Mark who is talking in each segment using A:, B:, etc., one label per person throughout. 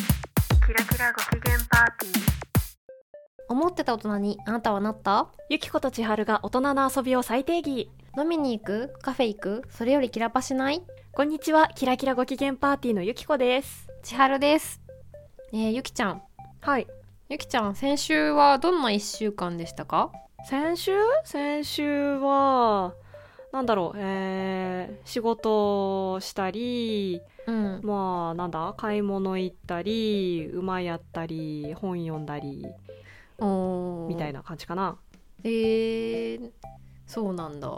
A: キラキラご機嫌パーティー
B: 思ってた大人にあなたはなった
C: ゆきことちはるが大人の遊びを再定義
B: 飲みに行くカフェ行くそれよりキラパしない
C: こんにちはキラキラご機嫌パーティーのゆきこです
B: 千春ですえー、ゆきちゃん
C: はい
B: ゆきちゃん先週はどんな1週間でしたか
C: 先週先週はなんだろうえー、仕事をしたり
B: うん
C: まあなんだ買い物行ったり馬やったり本読んだり
B: おー
C: みたいな感じかな
B: えー、そうなんだ、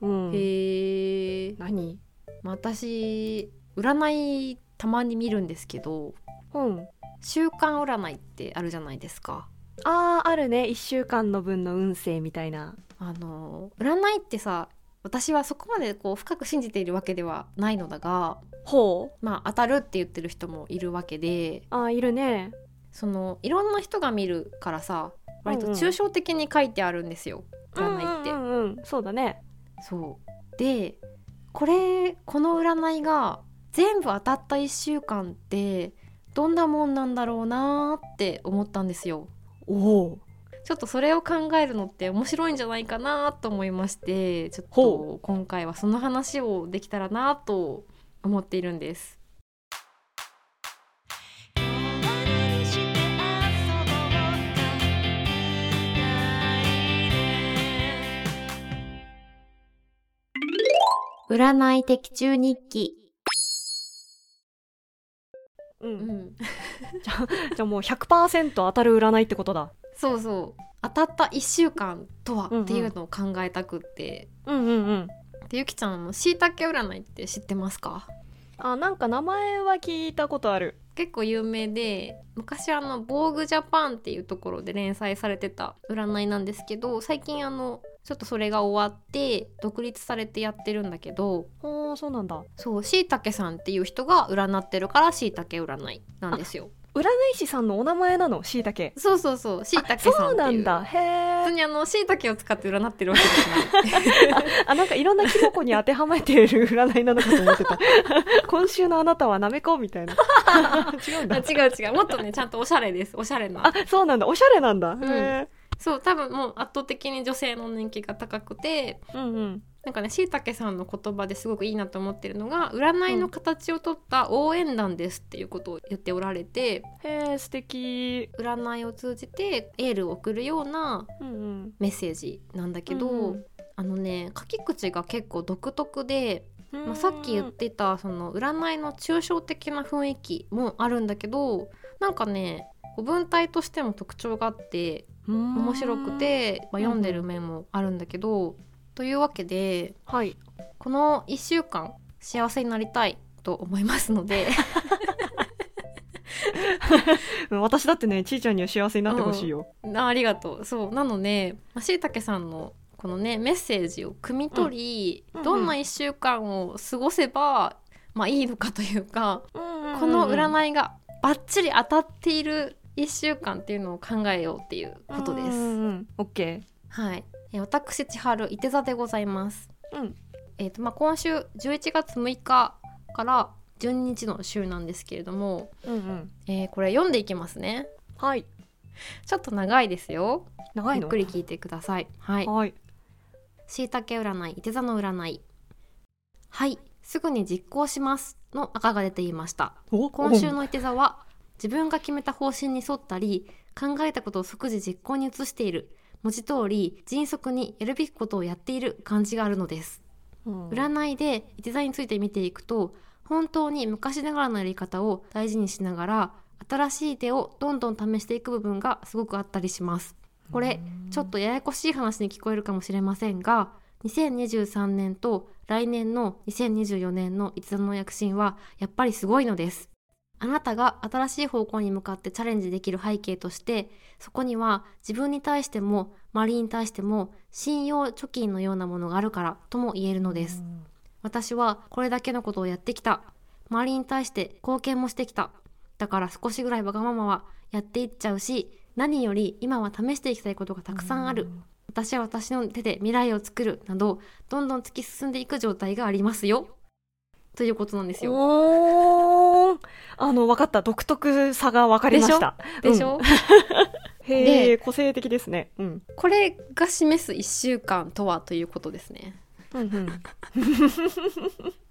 C: うん
B: へー、
C: 何
B: まあ私占いたまに見るんですけど
C: うん
B: 週間占いってあるじゃないですか
C: あーあるね1週間の分の運勢みたいな
B: あの占いってさ私はそこまでこう深く信じているわけではないのだが
C: ほう
B: まあ当たるって言ってる人もいるわけで
C: あーいるね
B: そのいろんな人が見るからさ割と
C: うんうん
B: 抽象的に書いてあるんですよ、占いって。
C: うんうんうんうんそうだね
B: そうでこれこの占いが全部当たった1週間ってどんなもんなんだろうなーって思ったんですよ。
C: おお
B: ちょっとそれを考えるのって面白いんじゃないかなと思いましてちょっ
C: ほ
B: と今回はその話をできたらなと思っているんです。占い的中日記、
C: う
B: うんん、
C: じゃあもう100%当たる占いってことだ。
B: そうそう当たった1週間とは
C: うんうん
B: っていうのを考えたくって、
C: うんうんうん。
B: でゆきちゃんのしいたけ占いって知ってますか
C: あ、なんか名前は聞いたことある。
B: 結構有名で昔あの「防具ジャパン」っていうところで連載されてた占いなんですけど最近あのちょっとそれが終わって独立されてやってるんだけど
C: ほう、そうなんだ。
B: そうしいたけさんっていう人が占ってるからしいたけ占いなんですよ
C: 占い師さんのお名前なの、しいたけ。
B: そうそうそうしいたけさんっていう
C: そうなんだ。へ
B: 普通
C: え。
B: にあのしいたけを使って占ってるわけじゃない
C: あ、なんかいろんなキノコに当てはめている占いなのかと思って た。今週のあなたはなめこみたい な。違う んだ。
B: 違う違うもっとねちゃんとおしゃれですおしゃれな
C: あ、そうなんだ。おしゃれなんだ。へえ。
B: そう多分もう圧倒的に女性の人気が高くて
C: うんうん。
B: なんかねしいたけさんの言葉ですごくいいなと思ってるのが占いの形を取った応援団ですっていうことを言っておられて
C: へえ、素敵。
B: 占いを通じてエールを送るような
C: うんうん。
B: メッセージなんだけど、
C: うん
B: あのね書き口が結構独特で、
C: うん
B: まあ、さっき言ってたその占いの抽象的な雰囲気もあるんだけどなんかねこう文体としても特徴があって面
C: 面
B: 白く。て、まあ、読んでる面もあるんだけど、というわけで
C: はい。
B: この1週間幸せになりたいと思いますの で
C: うん私だってね、ちいちゃんには幸せになってほしいよ。
B: あありがとうそうなのでまあしいたけさんのこのねメッセージを汲み取り、
C: うんうん
B: どんな1週間を過ごせば、まあ、いいのかというか、
C: こ
B: この占いがバッチリ当たっている1週間っていうのを考えようっていうことです。
C: オッケ
B: はい、えー私千春伊手座でございます。
C: うん。
B: えっ、とまあ今週11月6日から12日の週なんですけれども、
C: ー。うんうん。
B: えーこれ読んでいきますね。
C: はい。
B: ちょっと長いですよ。
C: 長い
B: ゆっ
C: の。
B: くり聞いてください。はい。
C: はい。
B: しいたけ占い、いて座の占い。はい、すぐに実行しますの赤が出ていました。
C: お
B: 今週。のいて座は自分が決めた方針に沿ったり考えたことを即時実行に移している文字通り迅速にやるべきことをやっている感じがあるのです
C: うん。
B: 占いでデザインについて見ていくと本当に昔ながらのやり方を大事にしながら新しい手をどんどん試していく部分がすごくあったりしますこれちょっとややこしい話に聞こえるかもしれませんが2023年と来年の2024年の一段の躍進はやっぱりすごいのですあなたが新しい方向に向かってチャレンジできる背景としてそこには自分に対しても周りに対しても信用貯金のようなものがあるからとも言えるのです
C: うん。
B: 私はこれだけのことをやってきた周りに対して貢献もしてきただから少しぐらいわがままはやっていっちゃうし何より今は試していきたいことがたくさんある私は私の手で未来を作るなどどんどん突き進んでいく状態がありますよということなんですよ
C: おーん。あの、わかった。独特さがわかりました。
B: でしょ、
C: うんへ
B: で
C: え、個性的ですね。うん。
B: これが示す1週間とはということですね。
C: うんうん、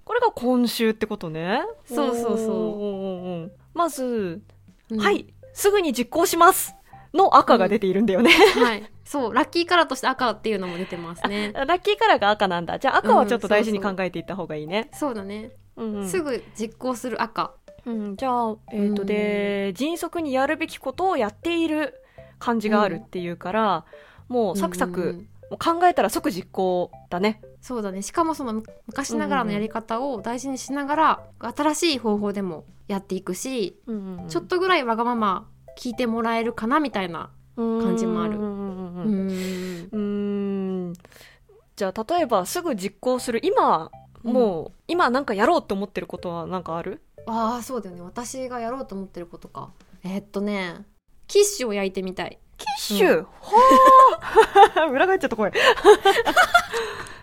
C: これが今週ってことね。
B: そうそうそう
C: そう。まず、
B: うん
C: は。い、すぐに実行しますの赤が出ているんだよね。
B: はい。そう、ラッキーカラーとして赤っていうのも出てます ね。
C: ラッキーカラーが赤なんだ。じゃあ赤はちょっと大事に考えていった方がいいね。
B: そうだね。
C: うんうん
B: すぐ実行する赤。
C: うん、じゃあ、えっ、と、
B: うん
C: で、迅速にやるべきことをやっている感じがあるっていうから、もうサクサク、
B: うんうんうん
C: もう考えたら即実行だね。
B: そうだね。しかもそのむ昔ながらのやり方を大事にしながら、新しい方法でもやっていくし、ちょっとぐらいわがまま聞いてもらえるかなみたいな。
C: と
B: 感じもあるう
C: うん
B: ーん。
C: うーんじゃあ、例えばすぐ実行する、今、もう、今なんかやろうと思ってることはなんかある
B: ああ、そうだよね。私がやろうと思ってることか。えーっとね、キッシュを焼いてみたい。
C: キッシュ、はあ 裏返っちゃった 声。じゃ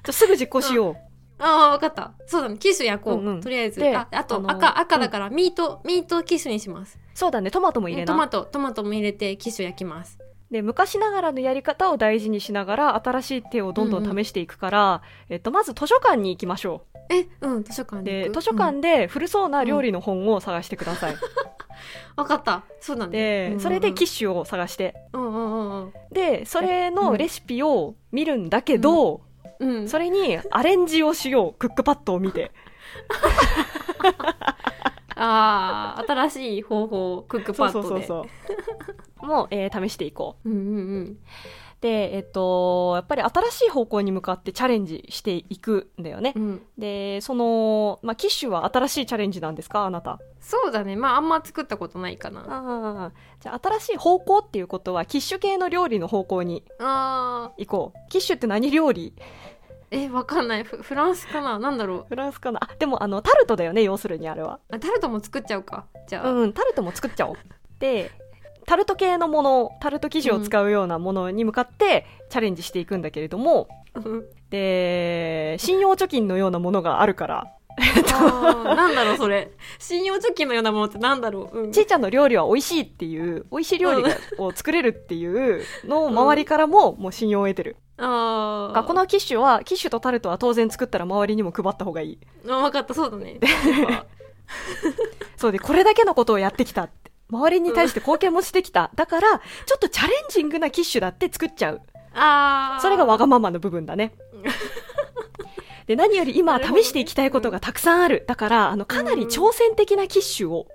C: あすぐ実行しよう。
B: ああ、わかった。そうだね。キッシュ焼こう。
C: うんうん
B: とりあえず。
C: で
B: ああと
C: あの
B: 赤、赤だからミート、ミートキッシュにします。
C: そうだね、トマトも入れ
B: ト
C: な
B: マ。ト、トマトも入れてキッシュ焼きます。
C: で、昔ながらのやり方を大事にしながら、新しい手をどんど
B: うん
C: ん
B: うん
C: 試していくから、えっと、まず図書館に行きましょ
B: え、うん、図書館
C: う。
B: に
C: で、
B: 行く。
C: 図書
B: うん
C: 館で古そうな料理の本を探してください。
B: わ、かった。そうなんだね。
C: で、それでキッ
B: シ
C: シュを探して。
B: ュ。うんうんうんうん。
C: で、それのレシピを見るんだけど、
B: うん、
C: それにアレンジをしよう。クックパッドを見て。
B: ああ、新しい方法、クッ ク
C: そ
B: パ
C: う
B: ッド
C: そう
B: で。
C: そうそう。もう、えー試していこう。
B: うんうんうん。
C: で、えっと、やっぱり新しい方向に向かってチャレンジしていくんだよね。
B: うん。
C: で、その、まあ、キッシュは新しいチャレンジなんですかあなた。
B: そうだね。まあ、あんま作ったことないかな。あ
C: ああ。じゃあ、新しい方向っていうことは、キッシュ系の料理の方向に
B: あ
C: 行こう。キッシュって何料理
B: ー、え、わかんない。フフランスかななんだろう。
C: フランスかなあ、でも、あの、タルトだよね、要するにあれは。
B: あ、タルトも作っちゃうか。じゃあ。
C: うん、タルトも作っちゃおう。で、タルト系のもの、タルト生地を使うようなものに向かってチャレンジしていくんだけれども、
B: うん、
C: で、信用貯金のようなものがあるから、
B: あーなんだろう、それ。信用貯金のようなものってなんだろう。うん、
C: ちいちゃんの料理は美味しいっていう、美味しい料理がを作れるっていうのを周りからももう信用を得てる。
B: ああ。
C: 学校のキッシュは、キッシュとタルトは当然作ったら周りにも配った方がいい。
B: あ分かったそうだね
C: そうで、これだけのことをやってきたって。周りに対して貢献もしてきた。だから、ちょっとチャレンジングなキッシュだって作っちゃう。
B: ああ
C: それがわがままの部分 だね。で、何より今試していきたいことがたくさんある。だから、あの、かなり挑戦的なキッシュを、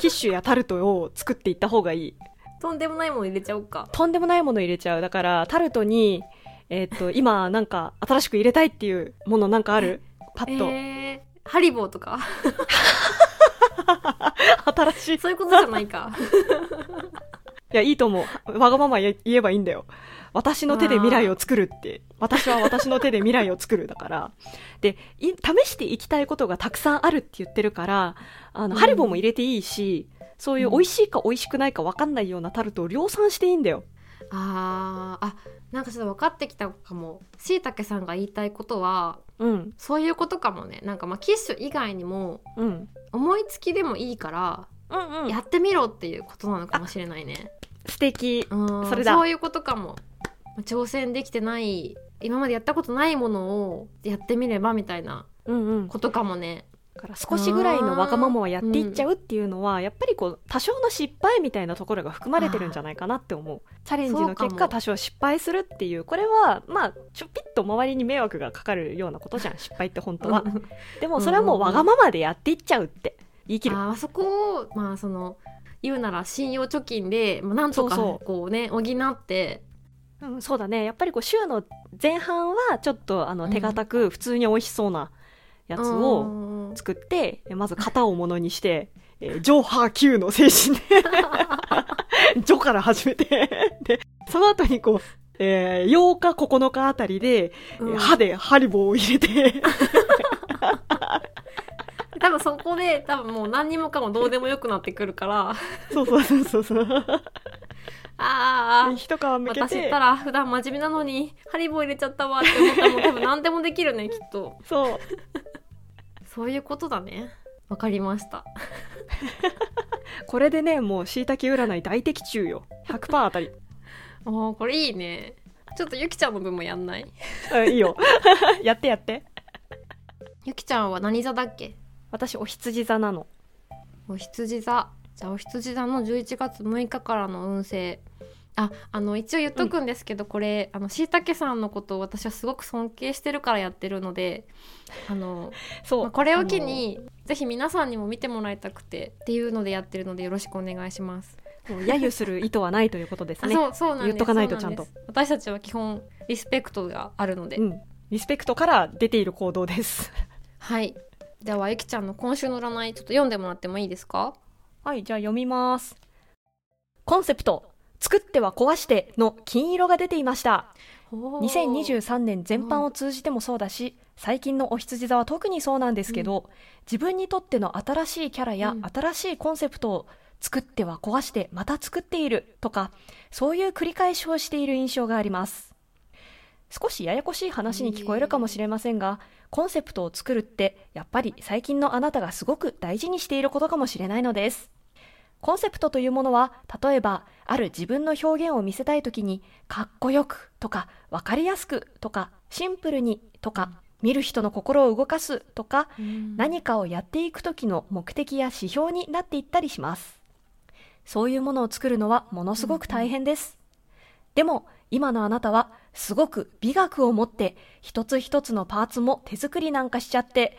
C: キッシュやタルトを作っていった方がいい。
B: とんでもないもの入れちゃおうか
C: とんでもないもの入れちゃう。だから、タルトに、えーっと、今、なんか、新しく入れたいっていうものなんかあるパ
B: え
C: ッと。
B: ー、ハリボーと か
C: 新しい。い
B: そういうことじゃないか
C: や、いいと思う。わがまま言え言えばいいんだよ。私の手で未来を作るって。私は私の手で未来を作るだから。で、い試していきたいことがたくさんあるって言ってるから、あの、
B: うん
C: ハリボーも入れていいし、そういう美味しいか美味しくないか分かんないようなタルトを量産していいんだよ。
B: あーあなんかちょっと分かってきたかもしいたけさんが言いたいことは
C: うん、
B: そういうことかもねなんかまあキッシュ以外にも
C: うん。
B: 思いつきでもいいから、
C: うん
B: やってみろっていうことなのかもしれないね
C: 素敵。
B: うん
C: それだ
B: そういうことかもまあ挑戦できてない今までやったことないものをやってみればみたいな
C: うんうん。
B: ことかもね
C: だから少しぐらいのわがままをやっていっちゃうっていうのは、やっぱりこう多少の失敗みたいなところが含まれてるんじゃないかなって思うチャレンジの
B: そう
C: 結
B: か
C: 果
B: も
C: 多少失敗するっていうこれはまあちょぴっと周りに迷惑がかかるようなことじ ゃん失敗って本当は
B: うん
C: でもそれはもうわがままでやっていっちゃうって言い切る
B: あーそこをまあその言うなら信用貯金で、まあ、なんとか
C: そうそう
B: こうね補って
C: うん、そうだねやっぱりこう週の前半はちょっとあの手堅く普通に美味しそうなやつ
B: う
C: を
B: ん
C: 作って、えまず型をものにして、えー、上波級の精神で ジョから始めてでその後にこう、えー8日9日あたりで、えー
B: うん
C: 歯でハリボーを入れて
B: 多分そこで多分もう何にもかもどうでもよくなってくるからあ
C: そうそうそうそうそう
B: あー
C: 一皮むけ
B: 私
C: て
B: ったら普段真面目なのにハリボー入れちゃったわって思ったらもう多分何でもでき るねきっと
C: そう
B: そういうことだねわかりました
C: これでねもうしいたけ占い大的中よ100%当 たり
B: おーこれいいねちょっとゆきちゃんの分もやんない
C: うんいい よやってやって
B: ゆきちゃんは何座だっけ
C: 私お羊座なの
B: お羊座じゃあお羊座の11月6日からの運勢ああの一応言っとくんですけど、これあのしいたけさんのことを私はすごく尊敬してるからやってるのであの、
C: そう、
B: まあこれを機にぜひ皆さんにも見てもらいたくてっていうのでやってるのでよろしくお願いします。
C: あのもう揶揄する意図はないということです
B: あ
C: ね
B: そうそうなんです
C: 言っとかないとちゃんと
B: そうなです私たちは基本リスペクトがあるので、
C: うんリスペクトから出ている行動です
B: はいではゆきちゃんの今週の占いちょっと読んでもらってもいいですか
C: はいじゃあ読みますコンセプト作っては壊しての金色が出ていました2023年全般を通じてもそうだし、最近のお羊座は特にそうなんですけど、自分にとっての新しいキャラや
B: うん
C: 新しいコンセプトを作っては壊してまた作っているとかそういう繰り返しをしている印象があります少しややこしい話に聞こえるかもしれませんが、コンセプトを作るってやっぱり最近のあなたがすごく大事にしていることかもしれないのですコンセプトというものは、例えば、ある自分の表現を見せたいときに、かっこよくとか、わかりやすくとか、シンプルにとか、見る人の心を動かすとか、
B: うん
C: 何かをやっていく時の目的や指標になっていったりします。そういうものを作るのはものすごく大変です。でも、今のあなたはすごく美学を持って、一つ一つのパーツも手作りなんかしちゃって、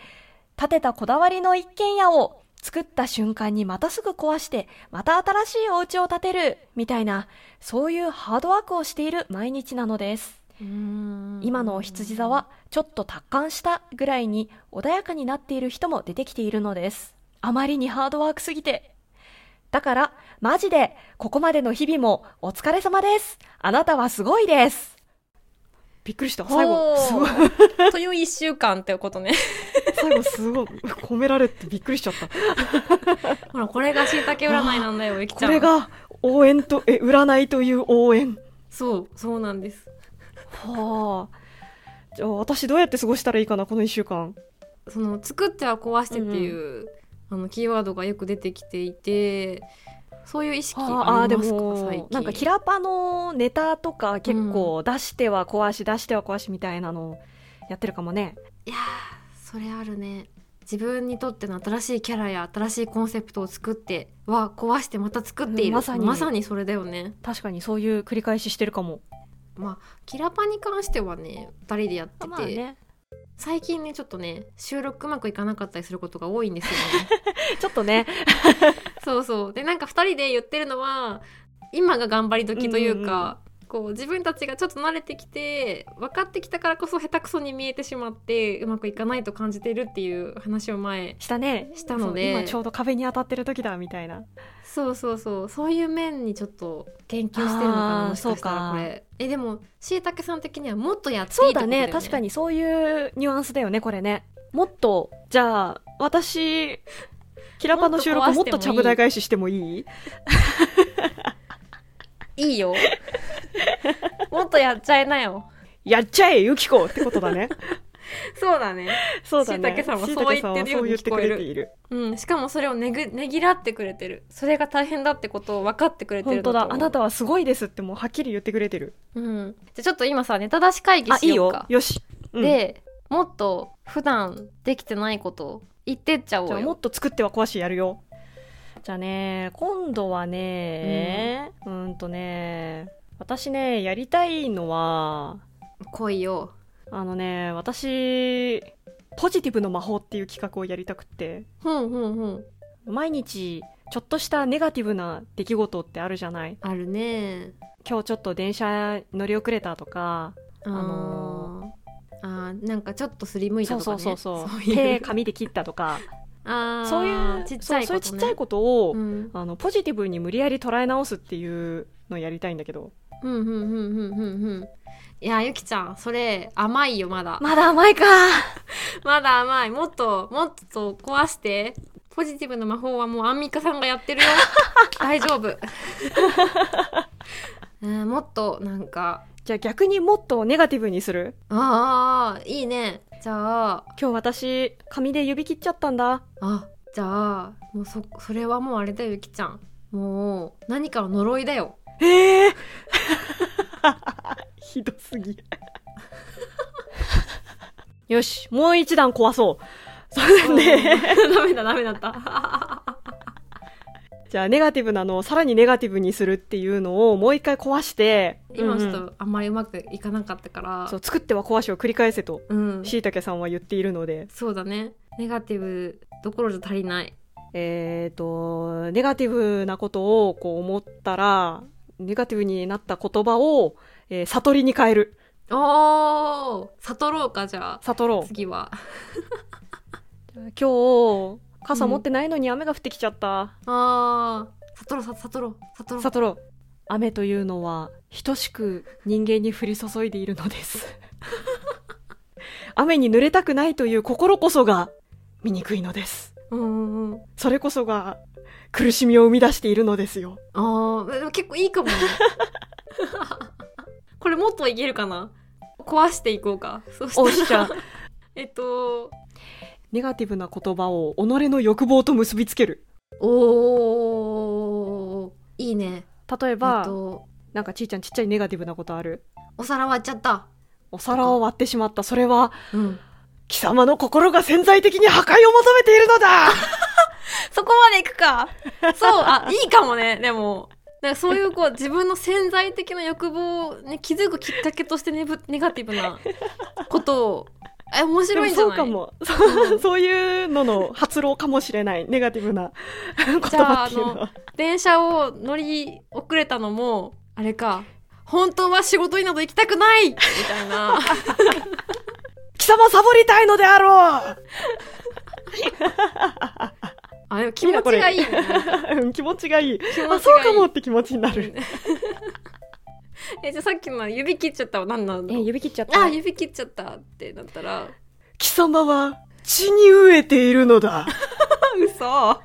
C: 建てたこだわりの一軒家を作った瞬間にまたすぐ壊して、また新しいお家を建てる、みたいな、そういうハードワークをしている毎日なのです。今
B: 今
C: のお羊座はちょっと達観したぐらいに穏やかになっている人も出てきているのです。あまりにハードワークすぎて。だから、マジで、ここまでの日々もお疲れ様です。あなたはすごいです。びっくりした。最後、すごい。
B: いという一週間ってことね
C: 最後すごい。褒められてびっくりしちゃった。
B: ほらこれがしいたけ占いなんだよゆきち
C: こ
B: ゃん
C: れが応援と、え、占いという応援。
B: そうそうなんです
C: はあ。じゃあ私どうやって過ごしたらいいかな、この一週間。
B: その作っては壊してっていう、あのキーワードがよく出てきていてそういう意識
C: あ
B: あ
C: あで
B: りますか最近
C: もなんかキラパのネタとか結構出しては壊し、出しては壊しみたいなのやってるかもね
B: いやーそれあるね自分にとっての新しいキャラや新しいコンセプトを作っては壊してまた作っている、
C: うんまさに
B: それだよね
C: 確かにそういう繰り返ししてるかも
B: まあキラパに関してはね2人でやってて、最近ねちょっとね収録うまくいかなかったりすることが多いんですよね
C: ちょっと ね
B: そうそうでなんか2人で言ってるのは今が頑張り時というか、こう自分たちがちょっと慣れてきて分かってきたからこそ下手くそに見えてしまってうまくいかないと感じてるっていう話を前
C: したね
B: したので
C: そう今ちょうど壁に当たってる時だみたいな
B: そうそうそうそういう面にちょっと研究してるのか
C: あー
B: なもしかした
C: そうから
B: これえでもしいたけさん的にはもっとやっていいって
C: そう
B: こと
C: だね確かにそういうニュアンスだよねこれねもっとじゃあ私キラパの収録も
B: も
C: っ
B: っ
C: と
B: と壊してもいい
C: ちゃぶ台返ししてもいい
B: いい よもっとやっちゃいなよ
C: やっちゃえユキコってことだね
B: そうだね
C: そうだね
B: 椎茸さんはそう言ってるように聞こえる
C: 椎茸さんはそう言ってくれている
B: うん、しかもそれをねぐねぎらってくれてるそれが大変だってことを分かってくれてる
C: 本
B: んと
C: 当
B: 思う
C: だあなたはすごいですってもうはっきり言ってくれてる
B: うん、じゃあちょっと今さネタ出し会議
C: あいい
B: しよう
C: よ
B: か
C: よし、うん
B: でもっと普段できてないことを言ってっちゃおう
C: じゃ
B: よ
C: あもっと作っては壊しやるよじゃあね今度はねうんんとね私ねやりたいのは
B: 来いよ
C: あのね私ポジティブの魔法っていう企画をやりたくって
B: ふんふんふん
C: 毎日ちょっとしたネガティブな出来事ってあるじゃない
B: あるね
C: 今日ちょっと電車乗り遅れたとか
B: あのー、あーなんかちょっとすりむいた
C: そう
B: とかね
C: そうそうそう
B: い
C: 手
B: う
C: 紙で切ったとか
B: あー
C: そういう
B: ちっちゃいこと、ね、
C: そうそういうちっちゃいことを、
B: うん
C: あのポジティブに無理やり捉え直すっていうのやりたいんだけど
B: うんうんうんうんうんうんいやゆきちゃんそれ甘いよまだ
C: まだ甘いか
B: まだ甘いもっともっと壊してポジティブの魔法はもうアンミカさんがや ってるよ大丈夫 うんもっとなんか
C: じゃあ逆にもっとネガティブにする
B: ああいいねじゃあ
C: 今日私紙で指切っちゃったんだ
B: あじゃあもうそそれはもうあれだよゆきちゃんもう何かの呪いだよ
C: ええ ひどすぎ。よし、もう一段壊そう。それで、
B: ダメだダメだった
C: じゃあネガティブなのをさらにネガティブにするっていうのをもう一回壊して、
B: 今ちょっ
C: うんうん
B: とあんまりうまくいかなかったから
C: そう作っては壊しを繰り返せと、
B: うん
C: しいたけさんは言っているので、
B: そうだねネガティブどころじゃ足りない
C: えっ、と、ネガティブなことをこう思ったら、ネガティブになった言葉を、えー悟りに変える。
B: おー悟ろうかじゃあ
C: 悟ろう。
B: 次は
C: 今日、傘持ってないのに雨が降ってきちゃった。
B: あー悟ろうさ悟ろう悟ろう
C: 悟ろう。雨というのは、等しく人間に降り注いでいるのです。雨に濡れたくないという心こそが、醜いのです。
B: うんうんうん
C: それこそが、苦しみを生み出しているのですよ。
B: あーでも結構いいかもね これもっといけるかな壊していこうかそ
C: おっ
B: し
C: したゃ
B: ら、 えっと
C: ネガティブな言葉を己の欲望と結びつける。
B: おーいいね
C: 例え
B: え
C: ば
B: っ、と
C: なんかちーちゃんちっちゃいネガティブなことある
B: お皿割っちゃった
C: お皿を割ってしまった。それは、
B: うん
C: 貴様の心が潜在的に破壊を求めているのだ
B: そこまでいくか。そう、あ、いいかもね、でも。なんかそういうこう自分の潜在的な欲望に気づくきっかけとしてネブネガティブなことをえ面白いんじゃない
C: でもそうかも。
B: う
C: そ
B: ん
C: う そういうのの発露かもしれない。ネガティブ な言
B: じゃあ
C: 葉っていうのは。
B: 電車を乗り遅れたのもあれか本当は仕事になど行きたくないみたい な
C: 貴様サボりたいのであろう
B: あでも気持ちがいいね
C: うん 気持ちがいい。
B: 気持ちがいい
C: あ、そうかもって気持ちになる。
B: えじゃあさっきの指切っちゃったは何なんだろう
C: 指切っちゃっ
B: あ指切っちゃったってなったら
C: 貴様は血に飢えているのだ。
B: 嘘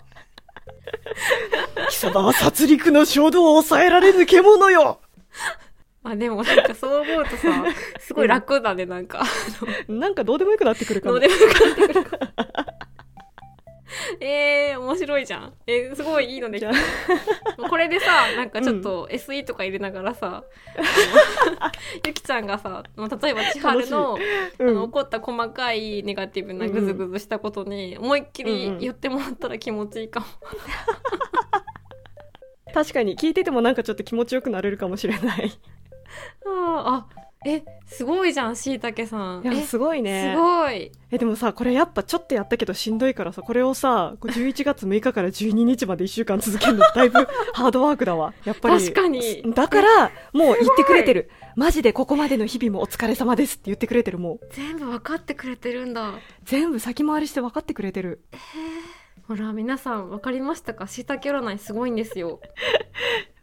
C: 貴様は殺戮の衝動を抑えられぬ獣よ
B: まあでもなんかそう思うとさ、すごい楽だね、なんか。
C: なんかどうでもよくなってくるか
B: ど
C: も
B: うで。もよくなってくるから えー、面白いじゃん。えーすごいいいのでき
C: じ
B: た
C: ゃあ
B: これでさ、なんかちょっと SE とか入れながら さ、あのゆきちゃんがさ、まあ例えば千春の
C: う
B: あ
C: ん
B: の起こった細かいネガティブなグズグズしたことに思いっき
C: うん
B: り
C: うん
B: 言ってもらったら気持ちいいかも。
C: 確かに聞いててもなんかちょっと気持ちよくなれるかもしれない。
B: あーあ、え、すごいじゃん、しいたけさん。
C: いや
B: え、
C: すごいね。
B: すごい。
C: えでもさこれやっぱちょっとやったけどしんどいからさこれをさこう11月6日から12日まで1週間続けるのだいぶハードワークだわやっぱり
B: 確かに
C: だからもう言ってくれてるマジでここまでの日々もお疲れ様ですって言ってくれてるもう
B: 全部分かってくれてるんだ。
C: 全部先回りして分かってくれてる
B: ほら皆さん分かりましたかしいたけ占いすごいんですよ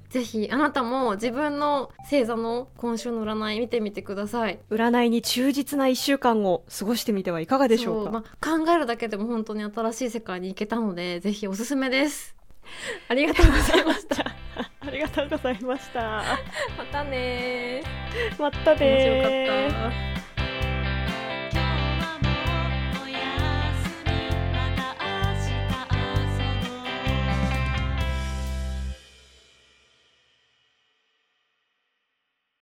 B: ぜひあなたも自分の星座の今週の占い見てみてください
C: 占いに忠実な1週間を過ごしてみてはいかがでしょう
B: そ
C: か
B: まあ、考えるだけでも本当に新しい世界に行けたの でぜひおすすめですありがとうございま した
C: あ りがとうございました
B: またね
C: また
B: ー面
C: ねー
B: 白かった